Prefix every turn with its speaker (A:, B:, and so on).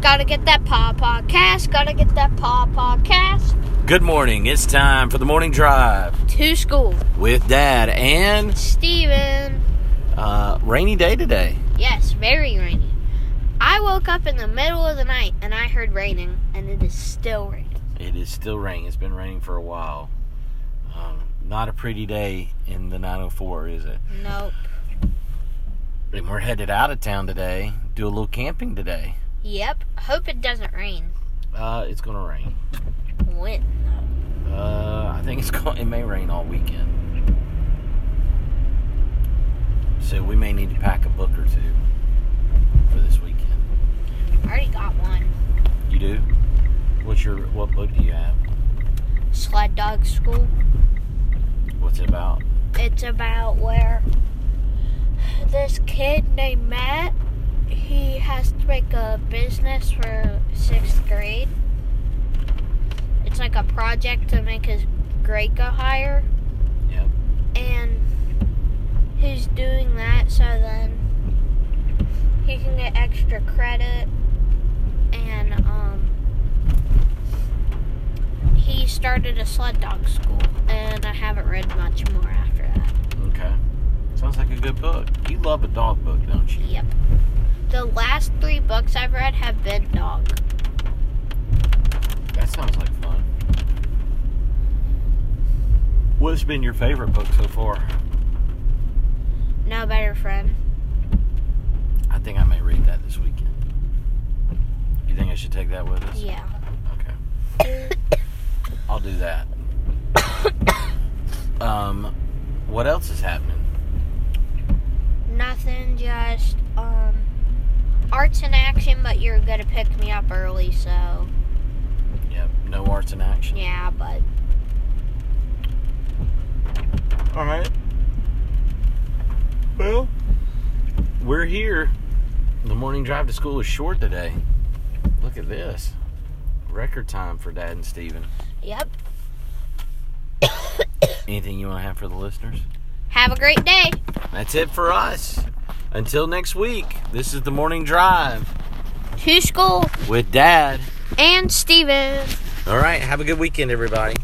A: Gotta get that paw podcast. Gotta get that paw podcast
B: Good morning. It's time for the morning drive
A: to school.
B: with Dad and
A: Steven.
B: uh, rainy day today.
A: Yes, very rainy. I woke up in the middle of the night and I heard raining, and it is still raining.
B: It is still raining. It's been raining for a while. Um, not a pretty day in the 904, is it?
A: Nope.
B: And we're headed out of town today. Do a little camping today.
A: Yep. Hope it doesn't rain.
B: Uh, it's gonna rain.
A: When?
B: Uh, I think it's going. It may rain all weekend. So we may need to pack a book or two for this weekend.
A: I already got one.
B: You do? What's your what book do you have?
A: Sled dog school.
B: What's it about?
A: It's about where this kid named Matt he has to make a business for sixth grade. It's like a project to make his grade go higher.
B: Yep.
A: And he's doing that so then he can get extra credit and um he started a sled dog school and I haven't read much more after that.
B: Okay. Sounds like a good book. You love a dog book, don't you?
A: Yep. The last three books I've read have been dog.
B: That sounds like fun. What's been your favorite book so far?
A: No better friend.
B: I think I may read that this weekend. You think I should take that with us?
A: Yeah.
B: Okay. I'll do that. um, what else is happening?
A: Nothing, just um arts in action, but you're gonna pick me up early, so
B: Yep. No arts in action.
A: yeah, but
B: All right. Well, we're here. The morning drive to school is short today. Look at this. Record time for Dad and Steven.
A: yep.
B: Anything you want to have for the listeners?
A: Have a great day.
B: That's it for us. Until next week, this is the morning drive
A: To school
B: with Dad.
A: and Steven.
B: All right, have a good weekend, everybody.